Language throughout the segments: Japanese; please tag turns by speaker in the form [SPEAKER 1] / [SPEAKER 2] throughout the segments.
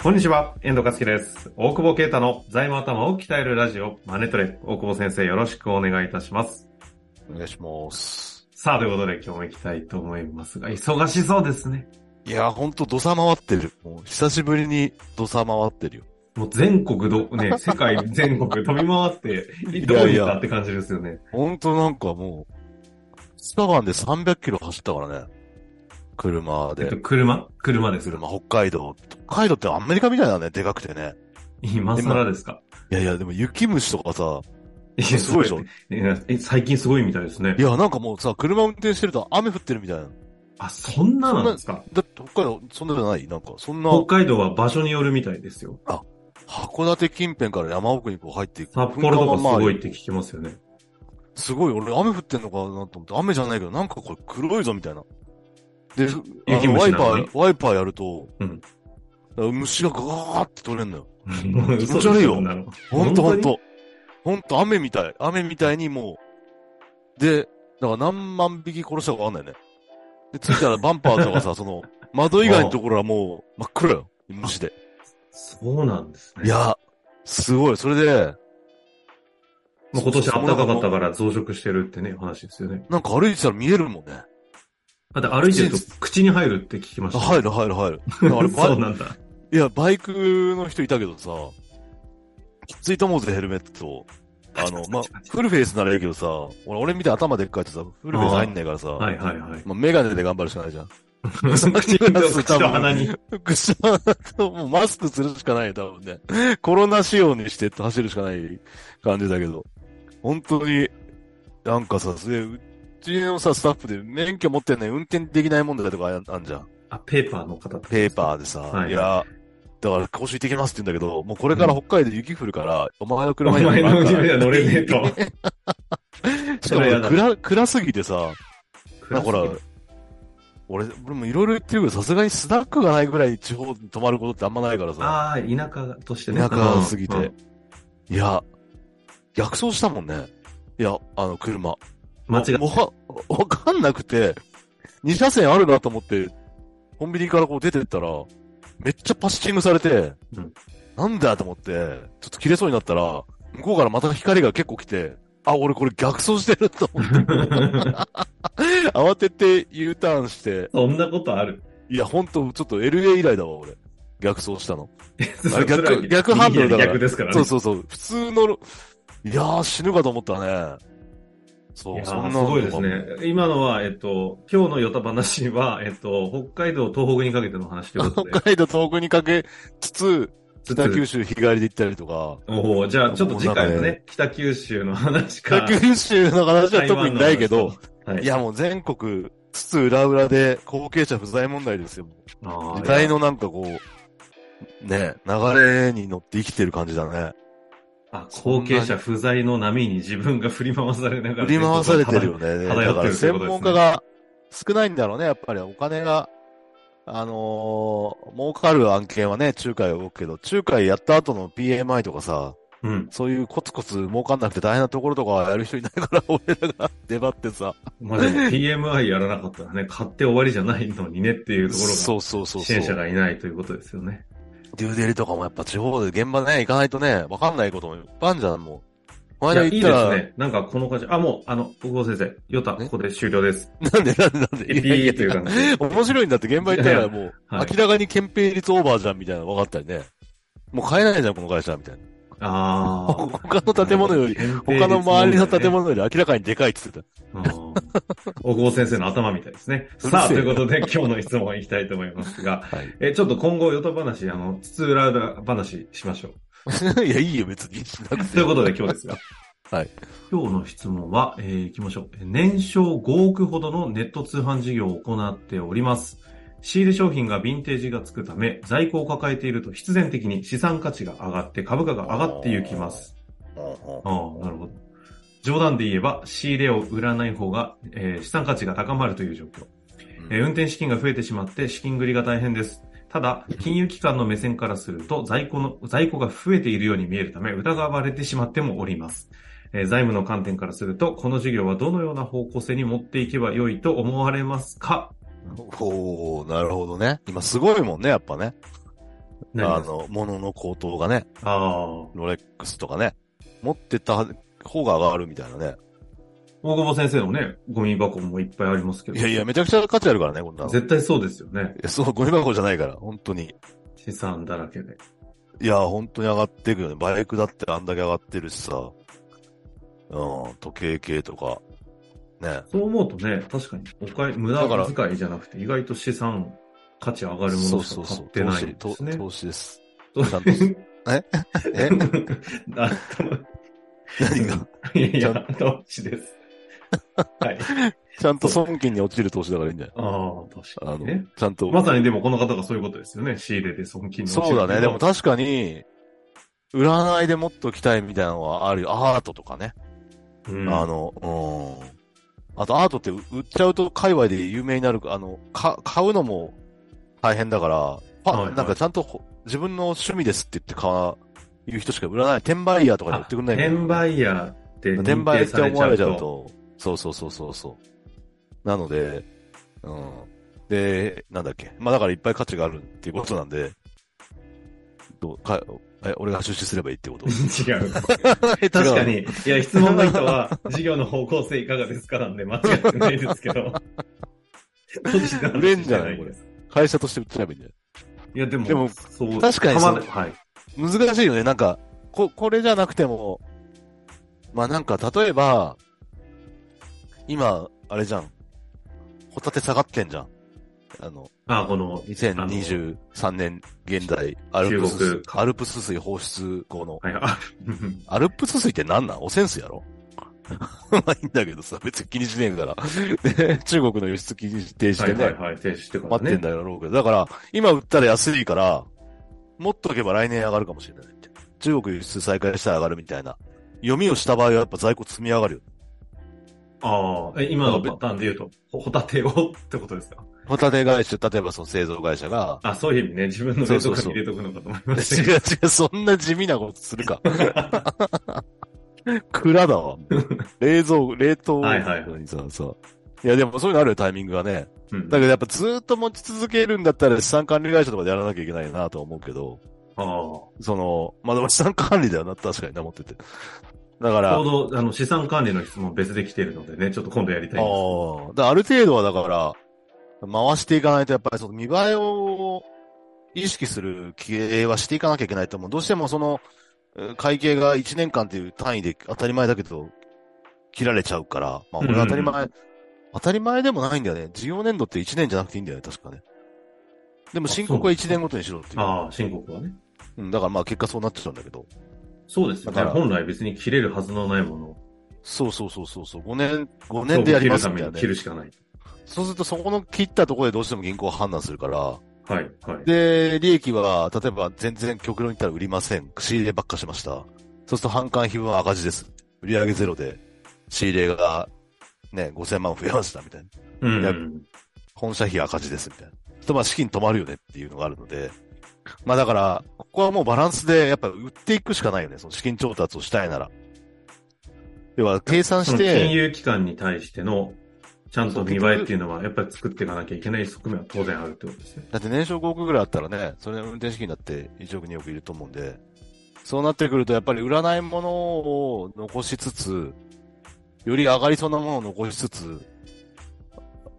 [SPEAKER 1] こんにちは、遠藤和樹です。大久保啓太の財務頭を鍛えるラジオ、マネトレ。大久保先生、よろしくお願いいたします。
[SPEAKER 2] お願いします。
[SPEAKER 1] さあ、ということで今日も行きたいと思いますが、忙しそうですね。
[SPEAKER 2] いや、ほんと土佐回ってる。もう久しぶりに土佐回ってるよ。
[SPEAKER 1] もう全国ど、 ね、世界全国飛び回って、どこ行ったって感じですよね。いやいや
[SPEAKER 2] ほんとなんかもう、2日間で300キロ走ったからね。車で。えっ
[SPEAKER 1] と、車車です。
[SPEAKER 2] 車、北海道。北海道ってアメリカみたいだね、でかくてね。
[SPEAKER 1] 今更ですか
[SPEAKER 2] いやいや、でも雪虫とかさ、
[SPEAKER 1] いや、
[SPEAKER 2] すごいでしょ
[SPEAKER 1] え、最近すごいみたいですね。
[SPEAKER 2] いや、なんかもうさ、車運転してると雨降ってるみたいな。
[SPEAKER 1] あ、そんななんですか
[SPEAKER 2] だって北海道、そんなじゃないなんか、そんな。
[SPEAKER 1] 北海道は場所によるみたいですよ。
[SPEAKER 2] あ、函館近辺から山奥にこう入っていく。
[SPEAKER 1] 札幌とかすごいって聞きますよね。
[SPEAKER 2] すごい、俺雨降ってんのかなと思って、雨じゃないけど、なんかこれ黒いぞみたいな。で、
[SPEAKER 1] 雪
[SPEAKER 2] 虫ワイパー、ワイパーやると、
[SPEAKER 1] うん。
[SPEAKER 2] 虫がガーって取れんのよ。 気持ち悪いよ。ほんとほんと。ほんと雨みたい。雨みたいにもう。で、だから何万匹殺したかわかんないね。で、ついたらバンパーと かさ、その、窓以外のところはもう真っ暗よ。虫で。
[SPEAKER 1] そうなんですね。
[SPEAKER 2] いや、すごい。それで、
[SPEAKER 1] まあ、今年暖かかったから増殖してるってね、話ですよね。
[SPEAKER 2] なんか歩いてたら見えるもんね。
[SPEAKER 1] だって歩いてると口に入るって聞きました、ね。
[SPEAKER 2] 入る入る入る。
[SPEAKER 1] あれ そうなんだ。
[SPEAKER 2] いや、バイクの人いたけどさ、きついと思うぜ、ヘルメット。あの、まあ、フルフェイスならいいけどさ、俺、俺見て頭でっかいとさ、フルフェイス入んないからさ、
[SPEAKER 1] はいはいはい。
[SPEAKER 2] まあ、メガネで頑張るしかないじ ゃん。
[SPEAKER 1] 口と鼻に。
[SPEAKER 2] 口と鼻と、もうマスクするしかないよ、多分ね。コロナ仕様にして走るしかない感じだけど。本当に、なんかさ、それ、うちのさ、スタッフで免許持ってんのに運転できない問題とかあんじゃん。
[SPEAKER 1] あ、ペーパーの方
[SPEAKER 2] ペーパーでさ、はい、いや、だから、講習行ってきますって言うんだけど、もうこれから北海道雪降るから、うん、お前の車
[SPEAKER 1] にお前の車には乗れねえと。
[SPEAKER 2] しかも暗、暗すぎてさ、だから、俺、俺もいろいろ言ってるけど、さすがにスナックがないぐらい地方に泊まることってあんまないからさ。
[SPEAKER 1] ああ、田舎としてね。
[SPEAKER 2] 田舎すぎて。うんうん、いや、逆走したもんね。いや、あの、車。
[SPEAKER 1] 間違っ
[SPEAKER 2] わ、わかんなくて、二車線あるなと思って、コンビニからこう出てったら、めっちゃパッシングされて、うん、なんだと思って、ちょっと切れそうになったら、向こうからまた光が結構来て、あ、俺これ逆走してると 思って。慌てて U ターンして。
[SPEAKER 1] そんなことあ る
[SPEAKER 2] いや、ほんと、ちょっと LA 以来だわ、俺。逆走したの。
[SPEAKER 1] あれ
[SPEAKER 2] 逆、逆ハンドルだから。
[SPEAKER 1] 逆ですからね。
[SPEAKER 2] そうそうそう。普通の、いやー、死ぬかと思ったね。
[SPEAKER 1] そう、そんなすごいですね。今のは、えっと、今日のヨタ話は、えっと、北海道、東北にかけての話ということで。
[SPEAKER 2] 北海道、東北にかけつつ、北九州日帰りで行ったりとか。
[SPEAKER 1] おおじゃあちょっと次回のね、北九州の話
[SPEAKER 2] か。北九州の話は特にないけど、はい、いやもう全国、つつ裏裏で後継者不在問題ですよ。時代のなんかこう、ね、流れに乗って生きてる感じだね。
[SPEAKER 1] あ、後継者不在の波に自分が振り回されながら。
[SPEAKER 2] 振り回されてるよね。
[SPEAKER 1] だから
[SPEAKER 2] 専門家が少ないんだろうね、やっぱりお金があのー、儲かる案件はね、仲介を動くけど、仲介やった後の PMI とかさ、
[SPEAKER 1] うん、
[SPEAKER 2] そういうコツコツ儲かんなくて大変なところとかやる人いないから、 俺らが出張ってさ。
[SPEAKER 1] まあでも PMI やらなかったらね、買って終わりじゃないのにねっていうところが、
[SPEAKER 2] そうそうそう。
[SPEAKER 1] 支援者がいないということですよね。
[SPEAKER 2] デューデリとかもやっぱ地方で現場ね、行かないとね、わかんないこともいっぱいあるじゃん、もう。
[SPEAKER 1] いや、いいですね。なんかこの感じ。あ、もう、あの、小久保先生、ヨタ、ここで終了です。
[SPEAKER 2] なんで なんでなんで
[SPEAKER 1] いいという感じ。
[SPEAKER 2] 面白いんだって現場行ったらもう、明らかに憲兵率オーバーじゃんみたいなの分かったりね。もう買えないじゃん、この会社、みたいな。
[SPEAKER 1] あ あ。
[SPEAKER 2] 他の建物より、他の周りの建物より明らかにでかいって言ってた。
[SPEAKER 1] 大久保先生の頭みたいですね。さあ、ということで今日の質問いきたいと思いますが、 えちょっと今後、ヨタ話、あの、つつ裏話しましょう。
[SPEAKER 2] いや、いいよ、別に。
[SPEAKER 1] ということで、今日です が。
[SPEAKER 2] はい。
[SPEAKER 1] 今日の質問は、えー、行きましょう。年商5億ほどのネット通販事業を行っております。仕入れ商品がヴィンテージがつくため、在庫を抱えていると必然的に資産価値が上がって株価が上がっていきます。
[SPEAKER 2] ああ、
[SPEAKER 1] なるほど。冗談で言えば、仕入れを売らない方が、えー、資産価値が高まるという状況、うん、えー、運転資金が増えてしまって資金繰りが大変です。ただ、金融機関の目線からすると、在庫の、在庫が増えているように見えるため、疑われてしまってもおります。えー、財務の観点からすると、この事業はどのような方向性に持っていけば良いと思われますか
[SPEAKER 2] おおなるほどね。今すごいもんね、やっぱね。
[SPEAKER 1] 何
[SPEAKER 2] あ
[SPEAKER 1] がですか
[SPEAKER 2] の、物の高騰がね、
[SPEAKER 1] ああ。
[SPEAKER 2] ロレックスとかね、持ってた方が上がるみたいなね。
[SPEAKER 1] 大久保先生のね、ゴミ箱もいっぱいありますけど。
[SPEAKER 2] いやいや、めちゃくちゃ価値あるからね、こんなの。い
[SPEAKER 1] 絶対そうですよね。
[SPEAKER 2] やそう、ゴミ箱じゃないから、本当に。
[SPEAKER 1] 資産だらけで。
[SPEAKER 2] いや、本当に上がっていくよね。バイクだってあんだけ上がってるしさ。うん、時計系とか。ね。
[SPEAKER 1] そう思うとね、確かに、お金、無
[SPEAKER 2] だから
[SPEAKER 1] 駄遣いじゃなくて、意外と資産価値上がるも
[SPEAKER 2] そ
[SPEAKER 1] の
[SPEAKER 2] う
[SPEAKER 1] しか
[SPEAKER 2] そう
[SPEAKER 1] 買
[SPEAKER 2] そ
[SPEAKER 1] っ
[SPEAKER 2] う。
[SPEAKER 1] て
[SPEAKER 2] 投
[SPEAKER 1] ない
[SPEAKER 2] 資、
[SPEAKER 1] で
[SPEAKER 2] 投
[SPEAKER 1] すね。
[SPEAKER 2] 投資です。
[SPEAKER 1] 投
[SPEAKER 2] ちゃんと。え え
[SPEAKER 1] あと
[SPEAKER 2] 何が
[SPEAKER 1] いやい
[SPEAKER 2] ちゃ
[SPEAKER 1] や、投資 です。はい。
[SPEAKER 2] ちゃんと損金に落ちる投資だからいいんじゃない
[SPEAKER 1] ああ、確
[SPEAKER 2] あ
[SPEAKER 1] か
[SPEAKER 2] の、
[SPEAKER 1] にね。
[SPEAKER 2] ちゃんと。
[SPEAKER 1] まさにでもこの方がそういうことですよね。仕入れで損金の
[SPEAKER 2] そうだね。でも
[SPEAKER 1] た
[SPEAKER 2] 確かに、占いでもっと来たいみたいなのはあるよ。アートとかね。
[SPEAKER 1] うん、
[SPEAKER 2] あの、うん。あとアートって売売っちゃうと界隈で有名になる、あの、か、買うのも大変だから、パ
[SPEAKER 1] はいはい
[SPEAKER 2] なんかちゃんとほ自分の趣味ですって言って買わ、いう人しか売らない。転売ヤーとかで売ってくんないんだよ
[SPEAKER 1] 転売ヤーって
[SPEAKER 2] 転
[SPEAKER 1] 認
[SPEAKER 2] 売
[SPEAKER 1] 定
[SPEAKER 2] っ
[SPEAKER 1] さ
[SPEAKER 2] て
[SPEAKER 1] れ
[SPEAKER 2] 思
[SPEAKER 1] ちゃ
[SPEAKER 2] われ
[SPEAKER 1] う
[SPEAKER 2] ちゃう
[SPEAKER 1] と。
[SPEAKER 2] と、そうそうそうそうそう。なので、うん。で、なんだっけ。まあだからいっぱい価値があるっていうことなんで、どうかえ俺が出資すればいいってこと
[SPEAKER 1] 違う。 確かに。いや、質問の人は、事業の方向性いかがですかなんで間違ってないですけど。投資の話
[SPEAKER 2] 売れんじゃない
[SPEAKER 1] してです
[SPEAKER 2] 会社として売ってればいいんじ
[SPEAKER 1] いや、でも、
[SPEAKER 2] でも
[SPEAKER 1] そう
[SPEAKER 2] 確かに
[SPEAKER 1] た
[SPEAKER 2] そ
[SPEAKER 1] ま
[SPEAKER 2] の
[SPEAKER 1] はい。
[SPEAKER 2] ゃない難しいよね。なんか、こ、これじゃなくても、まあなんか、例えば、今、あれじゃん。ホタテ下がってんじゃん。あの、
[SPEAKER 1] あ、この、
[SPEAKER 2] 2023年現在、アルプ
[SPEAKER 1] 中
[SPEAKER 2] ス
[SPEAKER 1] 国、
[SPEAKER 2] アルプス水放出後の
[SPEAKER 1] はい、あ、
[SPEAKER 2] アルプス水って何なん汚染水やろ まあいいんだけどさ、別に気にしねえから。で、中国の輸出禁止停止
[SPEAKER 1] はい
[SPEAKER 2] でね、
[SPEAKER 1] はいはい、停止してから
[SPEAKER 2] 待って
[SPEAKER 1] ね
[SPEAKER 2] ん。だろうけど。だから、今売ったら安いから、持っとけば来年上がるかもしれないって。中国輸出再開したら上がるみたいな。読みをした場合はやっぱ在庫積み上がるよ。
[SPEAKER 1] ああ、え今のパターンで言うと、ホホタテを ってことですか
[SPEAKER 2] ホタテ会社、例えばその製造会社 が、
[SPEAKER 1] あ、そういう意味ね、自分の冷蔵庫に入れとくのかと思いました
[SPEAKER 2] 違
[SPEAKER 1] け
[SPEAKER 2] う
[SPEAKER 1] ど。
[SPEAKER 2] 違う、そんな地味なことするか。 蔵だわ。もう冷蔵、冷凍
[SPEAKER 1] はいはいは
[SPEAKER 2] にさ、さ。いや、でもそういうのあるよ、タイミングがね。
[SPEAKER 1] うん
[SPEAKER 2] だけどやっぱずーっと持ち続けるんだったら資産管理会社とかでやらなきゃいけないなとは思うけど、
[SPEAKER 1] ああ。
[SPEAKER 2] その、まあ、でも資産管理だよな、確かにな、持ってて。だから、
[SPEAKER 1] ち
[SPEAKER 2] あ
[SPEAKER 1] ょうど、あの、資産管理の質問別で来てるのでね、ちょっと今度やりたいんです。
[SPEAKER 2] ーだからある程度はだから、回していかないとやっぱりその見栄えを意識する経営はしていかなきゃいけないと思う。どうしてもその、えー会計が1年間っていう単位で当たり前だけど、切られちゃうから、まあ俺は当たり前、
[SPEAKER 1] うんう
[SPEAKER 2] 当たり前でもないんだよね。事業年度って1年じゃなくていいんだよね、確かね。でも申告は
[SPEAKER 1] あそう
[SPEAKER 2] 1年ごとにしろっていう。
[SPEAKER 1] ああ、申告はね。
[SPEAKER 2] うん、だからまあ結果そうなっちゃうんだけど。
[SPEAKER 1] そうですよね。
[SPEAKER 2] だから
[SPEAKER 1] 本来別に切れるはずのないものを、
[SPEAKER 2] そうそうそうそうそう。5年、5年でやります
[SPEAKER 1] 切
[SPEAKER 2] み
[SPEAKER 1] るために
[SPEAKER 2] たいな
[SPEAKER 1] 切
[SPEAKER 2] ね。
[SPEAKER 1] るしかない。
[SPEAKER 2] そうするとそこの切ったところでどうしても銀行は判断するから。
[SPEAKER 1] はい、はい。
[SPEAKER 2] で、利益は、例えば全然極論言ったら売りません。仕入ればっかしました。そうすると反感費分は赤字です。売上ゼロで、仕入れが、ね、5000万増えましたみたいな。
[SPEAKER 1] うん
[SPEAKER 2] や本社費赤字ですみたいな。ちょっとまあ資金止まるよねっていうのがあるので。まあだから、ここはもうバランスでやっぱ売っていくしかないよね。その資金調達をしたいなら。要は計算
[SPEAKER 1] その
[SPEAKER 2] し
[SPEAKER 1] 金
[SPEAKER 2] て、
[SPEAKER 1] 融機関に対しての、ちゃんと見栄えっていうのは、やっぱり作っていかなきゃいけない側面は当然あるってことですね。
[SPEAKER 2] だって年商5億ぐらいあったらね、それの運転資金だって1億2億いると思うんで、そうなってくるとやっぱり売らないものを残しつつ、より上がりそうなものを残しつつ、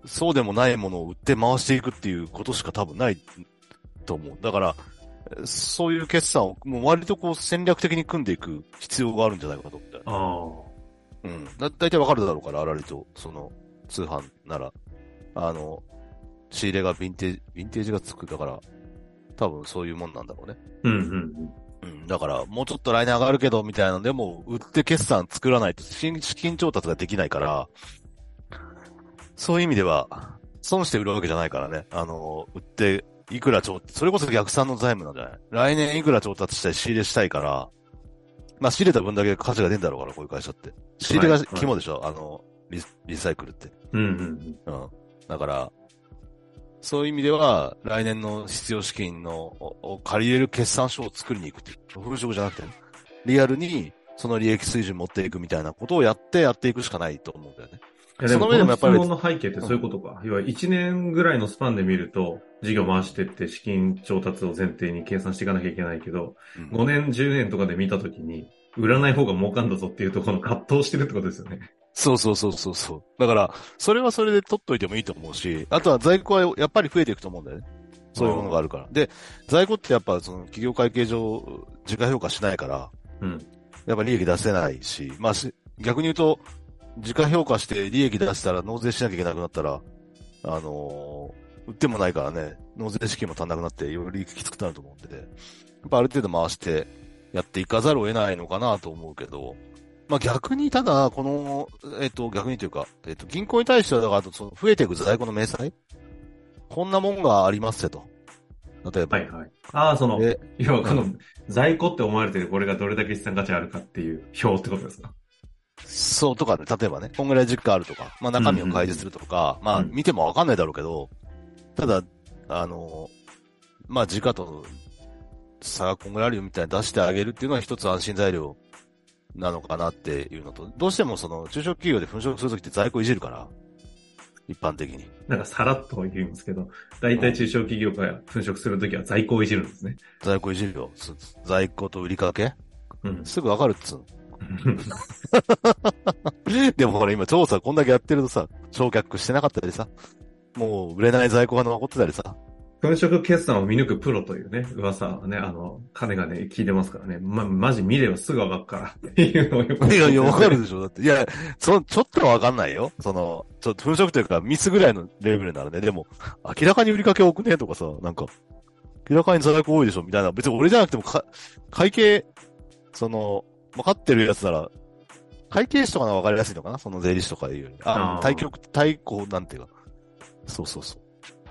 [SPEAKER 2] そうでもないものを売って回していくっていうことしか多分ないと思う。だから、そういう決算をもう割とこう戦略的に組んでいく必要があるんじゃないかと思って。
[SPEAKER 1] ああ。
[SPEAKER 2] うん。だ、大体わかるだろうから、あらりと、その、通販なら、あの、仕入れがヴィンテージ、ヴィンテージがつく、だから、多分そういうもんなんだろうね。
[SPEAKER 1] うんうんうん。
[SPEAKER 2] うん。だから、もうちょっと来年上がるけど、みたいなのでも、売って決算作らないと資金、資金調達ができないから、そういう意味では、損して売るわけじゃないからね。あの、売って、いくら調、それこそ逆算の財務なんじゃない来年いくら調達したい、仕入れしたいから、まあ仕入れた分だけ価値が出るんだろうから、こういう会社って。仕入れ
[SPEAKER 1] は
[SPEAKER 2] が
[SPEAKER 1] いはい
[SPEAKER 2] 肝でしょ、あのリ、リサイクルって。
[SPEAKER 1] うんうんうん。
[SPEAKER 2] うん。だから、そういう意味では、来年の必要資金のおお借り入れる決算書を作りに行くっていう。粉飾じゃなくて、リアルにその利益水準持っていくみたいなことをやってやっていくしかないと思うんだよね。
[SPEAKER 1] いや
[SPEAKER 2] その上でもやっぱり
[SPEAKER 1] この質問の背景ってそういうことか。要は1年ぐらいのスパンで見ると、事業回してって資金調達を前提に計算していかなきゃいけないけど、
[SPEAKER 2] うん
[SPEAKER 1] 5年、10年とかで見たときに、売らない方が儲かんだぞっていうところの葛藤してるってことですよね。
[SPEAKER 2] そうそうそうそうそう。だから、それはそれで取っといてもいいと思うし、あとは在庫はやっぱり増えていくと思うんだよね。そういうものがあるから。で、在庫ってやっぱその企業会計上、時価評価しないから、
[SPEAKER 1] うん。
[SPEAKER 2] やっぱ利益出せないし、まあし、逆に言うと、時価評価して利益出したら納税しなきゃいけなくなったら、あのー売ってもないからね、納税資金も足んなくなって、よりきつくなると思うんで、やっぱある程度回してやっていかざるを得ないのかなと思うけど、まあ逆にただ、この、えっ、と、逆にというか、えっ、と、銀行に対しては、だから、その増えていく在庫の明細こんなもんがありますよと。例えば、
[SPEAKER 1] はいはい。ああ、その、
[SPEAKER 2] え
[SPEAKER 1] 要はこの、在庫って思われてるこれがどれだけ資産価値あるかっていう表ってことですか。
[SPEAKER 2] そうとかね、例えばね、こんぐらい実家あるとか、まあ中身を開示するとか、まあ
[SPEAKER 1] うん
[SPEAKER 2] 見てもわかんないだろうけど、ただ、あの、まあ時価との差がこんぐらいあるよみたいに出してあげるっていうのは一つ安心材料なのかなっていうのと、どうしてもその中小企業で粉飾するときって在庫いじるから、一般的に。
[SPEAKER 1] なんかさらっと言うんですけど、大体中小企業が粉飾するときは在庫をいじるんですね。
[SPEAKER 2] 在庫いじるよ。す在庫と売りかけ
[SPEAKER 1] うん。
[SPEAKER 2] すぐわかるっつうの でもほら今調査こんだけやってるとさ、焼却してなかったりさ、もう売れない在庫が残ってたりさ、
[SPEAKER 1] 粉飾決算を見抜くプロというね、噂はね、あの、金がね、聞いてますからね。ま、マジ見ればすぐわかるからっていうのをよく
[SPEAKER 2] いや いや、わかるでしょだって。いや、そ、ちょっとはわかんないよ。その、ちょっと粉飾というか、ミスぐらいのレベルならね。でも、明らかに売りかけ多くねとかさ、なんか、明らかに在庫多いでしょみたいな。別に俺じゃなくても、か、会計、その、分かってるやつなら、会計士とかの方がわかりやすいのかなその税理士とかいうより。あ
[SPEAKER 1] あー
[SPEAKER 2] 対局、対抗なんていうか。そうそうそう。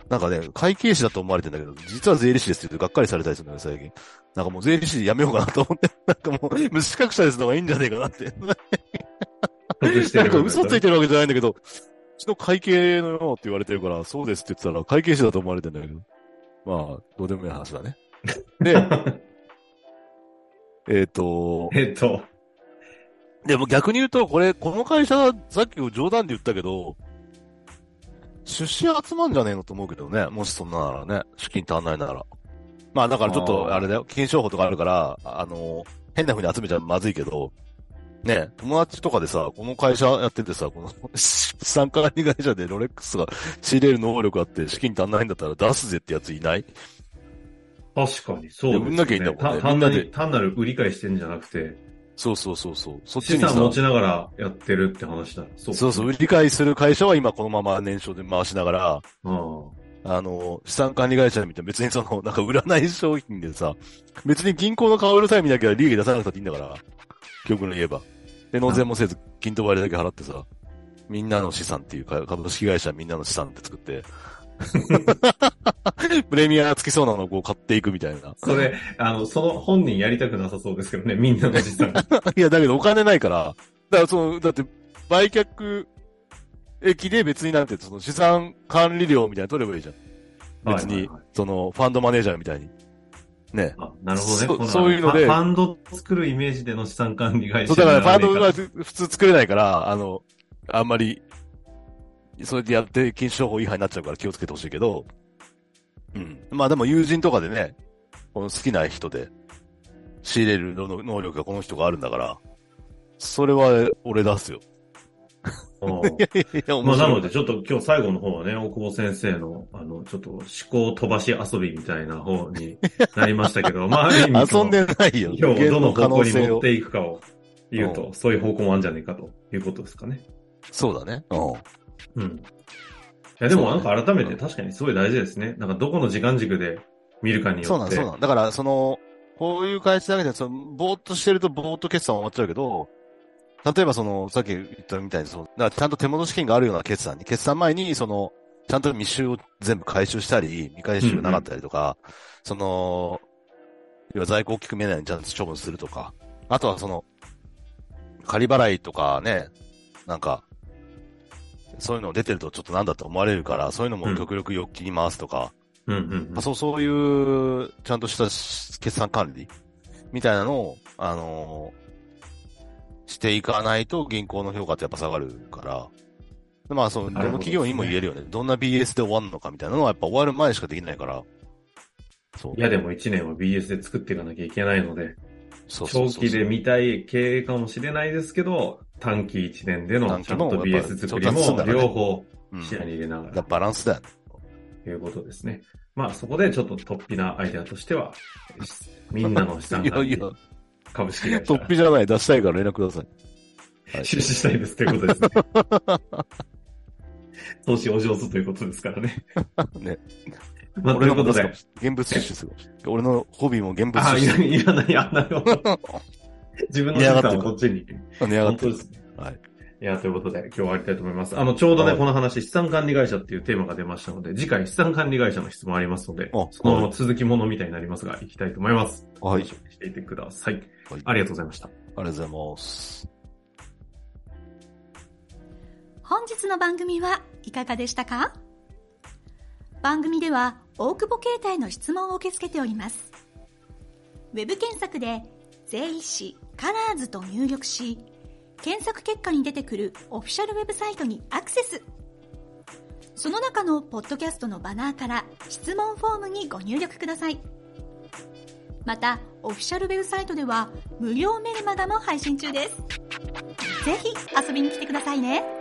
[SPEAKER 2] なんかね、会計士だと思われてんだけど、実は税理士ですって言うとがっかりされたりするんだよ、最近。なんかもう税理士やめようかなと思って、なんかもう、無資格者ですの方がいいんじゃねえかなって。
[SPEAKER 1] 得して
[SPEAKER 2] な
[SPEAKER 1] る
[SPEAKER 2] んか嘘つい
[SPEAKER 1] て
[SPEAKER 2] てるわけじゃないんだけど、うちの会計のようって言われてるから、そうですって言ってたら、会計士だと思われてんだけど。まあ、どうでもいい話だね。 で、えっ、と、
[SPEAKER 1] えっと、
[SPEAKER 2] でも逆に言うと、これ、この会社、さっき冗談で言ったけど、出資集まんじゃねえのと思うけどね。もしそんなならね。資金足んないなら。まあだからちょっ
[SPEAKER 1] あ
[SPEAKER 2] と、
[SPEAKER 1] ー
[SPEAKER 2] あれだよ。金商法とかあるから、あの、変な風に集めちゃまずいけど、ね、友達とかでさ、この会社やっててさ、この資産管理会社でロレックスが仕入れる能力あって資金足んないんだったら出すぜってやついない
[SPEAKER 1] 確かにそうです、ね。
[SPEAKER 2] いや売んなきゃいいんだもんね
[SPEAKER 1] た
[SPEAKER 2] み
[SPEAKER 1] 単
[SPEAKER 2] んな
[SPEAKER 1] な
[SPEAKER 2] で
[SPEAKER 1] に、単なる売り買いしてんじゃなくて、
[SPEAKER 2] そうそうそうそう。そっち
[SPEAKER 1] 資
[SPEAKER 2] にさ
[SPEAKER 1] 産持ちながらやってるって話だ。そう。
[SPEAKER 2] そうそう、売り買いする会社は今このまま年商で回しながら、
[SPEAKER 1] うん。
[SPEAKER 2] あの、資産管理会社みたいな、別にその、なんか売らない商品でさ、別に銀行の顔売る際見なきゃ利益出さなくたっていいんだから、極論言えば。で、納税もせず、均等割だけ払ってさ、みんなの資産っていうか、株式会社みんなの資産って作って、 プレミアがつきそうなのをこう買っていくみたいな。
[SPEAKER 1] それ、あの、その本人やりたくなさそうですけどね、 みんなの資産。
[SPEAKER 2] いや、だけどお金ないから、だからその、だって、売却益で別になんて、その資産管理料みたいなの取ればいいじゃん。 別
[SPEAKER 1] はいはい
[SPEAKER 2] に
[SPEAKER 1] はい、
[SPEAKER 2] その、ファンドマネージャーみたいに。ね。
[SPEAKER 1] あなるほ
[SPEAKER 2] そ
[SPEAKER 1] どね。こ
[SPEAKER 2] そういうので
[SPEAKER 1] ファンド作るイメージでの資産管理会
[SPEAKER 2] そ
[SPEAKER 1] 社
[SPEAKER 2] う、だからファンド
[SPEAKER 1] になら
[SPEAKER 2] が
[SPEAKER 1] ね
[SPEAKER 2] 普通作れないから、あの、あんまり、それでやって禁止商法違反になっちゃうから気をつけてほしいけど、うん。まあでも友人とかでね、この好きな人で、仕入れる能能力がこの人があるんだから、それは俺出すよ。
[SPEAKER 1] えか
[SPEAKER 2] いや、
[SPEAKER 1] うんまあ、なの
[SPEAKER 2] い
[SPEAKER 1] で、ちょっと今日最後の方はね、大久保先生の、あの、ちょっと思考飛ばし遊びみたいな方になりましたけど、 まあ、ある意味そ
[SPEAKER 2] 遊
[SPEAKER 1] の、
[SPEAKER 2] んでないよ。
[SPEAKER 1] 今日どの方向に
[SPEAKER 2] 無限の
[SPEAKER 1] 持っていくかを言うと、そういう方向もあるんじゃないかということですかね。
[SPEAKER 2] そうだね。う
[SPEAKER 1] うん。いや、でも
[SPEAKER 2] そ
[SPEAKER 1] な
[SPEAKER 2] うだ
[SPEAKER 1] ん
[SPEAKER 2] ね
[SPEAKER 1] か改めて確かにすごい大事ですね。なんかどこの時間軸で見るかに
[SPEAKER 2] ん。そ
[SPEAKER 1] よ
[SPEAKER 2] うな
[SPEAKER 1] っ
[SPEAKER 2] ん
[SPEAKER 1] て。
[SPEAKER 2] そうなんだから、その、こういう会社だけで、その、ぼーっとしてるとぼーっと決算終わっちゃうけど、例えばその、さっき言ったみたいに、その、だからちゃんと手元資金があるような決算に、決算前に、その、ちゃんと未収を全部回収したり、未回収がなかったりとか、その、要は在庫大きく見えないようにちゃんと処分するとか、あとはその、仮払いとかね、なんか、そういうの出てるとちょっとなんだって思われるから、そういうのも極力欲気に回すとか、
[SPEAKER 1] うんうん
[SPEAKER 2] まあ、そう、そういう、ちゃんとしたし決算管理みたいなのを、あのーしていかないと銀行の評価ってやっぱ下がるから、まあ、そう、どの
[SPEAKER 1] なるほど
[SPEAKER 2] 企業にも言えるよね。どんな BS で終わるのかみたいなのはやっぱ終わる前しかできないから。そう。
[SPEAKER 1] いや、でも1年は BS で作っていかなきゃいけないので、
[SPEAKER 2] そうそう
[SPEAKER 1] 長
[SPEAKER 2] そう
[SPEAKER 1] 期で見たい経営かもしれないですけど、短期1年での
[SPEAKER 2] 短
[SPEAKER 1] ち
[SPEAKER 2] 期
[SPEAKER 1] ゃん
[SPEAKER 2] の
[SPEAKER 1] と
[SPEAKER 2] やっぱ
[SPEAKER 1] BS 作り
[SPEAKER 2] 調達するん
[SPEAKER 1] も
[SPEAKER 2] だからね
[SPEAKER 1] 両方
[SPEAKER 2] うん
[SPEAKER 1] 視野に入れなが
[SPEAKER 2] だから
[SPEAKER 1] ら
[SPEAKER 2] バランスだよね。
[SPEAKER 1] ということですね。まあそこでちょっと突飛なアイデアとしては、みんなの資産
[SPEAKER 2] いや
[SPEAKER 1] 管
[SPEAKER 2] い
[SPEAKER 1] 理
[SPEAKER 2] や、
[SPEAKER 1] 株式会
[SPEAKER 2] ト
[SPEAKER 1] 社
[SPEAKER 2] ッピじゃない、出したいから連絡ください。はい。
[SPEAKER 1] 出資したいですということですね。 投資お上手ということですからね。
[SPEAKER 2] ね。
[SPEAKER 1] まあ、ということで。
[SPEAKER 2] 現物出資するかもしれない俺のホビーも現物
[SPEAKER 1] あ、
[SPEAKER 2] 出
[SPEAKER 1] い
[SPEAKER 2] 資
[SPEAKER 1] ら
[SPEAKER 2] する。
[SPEAKER 1] ない、いらない、あ、なるほど。 自分の資産をこっちに。
[SPEAKER 2] 値上がっ
[SPEAKER 1] 本
[SPEAKER 2] て
[SPEAKER 1] 当
[SPEAKER 2] る
[SPEAKER 1] で。すね。
[SPEAKER 2] はい。
[SPEAKER 1] いや、ということで、今日は終わりたいと思います。あの、ちょうどね、
[SPEAKER 2] はい
[SPEAKER 1] この話、資産管理会社っていうテーマが出ましたので、次回資産管理会社の質問ありますので
[SPEAKER 2] あ、
[SPEAKER 1] その続きものみたいになりますが、いきたいと思います。
[SPEAKER 2] はい。
[SPEAKER 1] 楽しみにしていてください。
[SPEAKER 2] はい
[SPEAKER 1] ありがとうございました。
[SPEAKER 2] ありがとうございます。
[SPEAKER 3] 本日の番組はいかがでしたか番組では大久保携帯の質問を受け付けております。ウェブ検索で税理士カラーズと入力し、検索結果に出てくるオフィシャルウェブサイトにアクセス。その中のポッドキャストのバナーから質問フォームにご入力ください。また、オフィシャルウェブサイトでは無料メルマガも配信中です。ぜひ遊びに来てくださいね。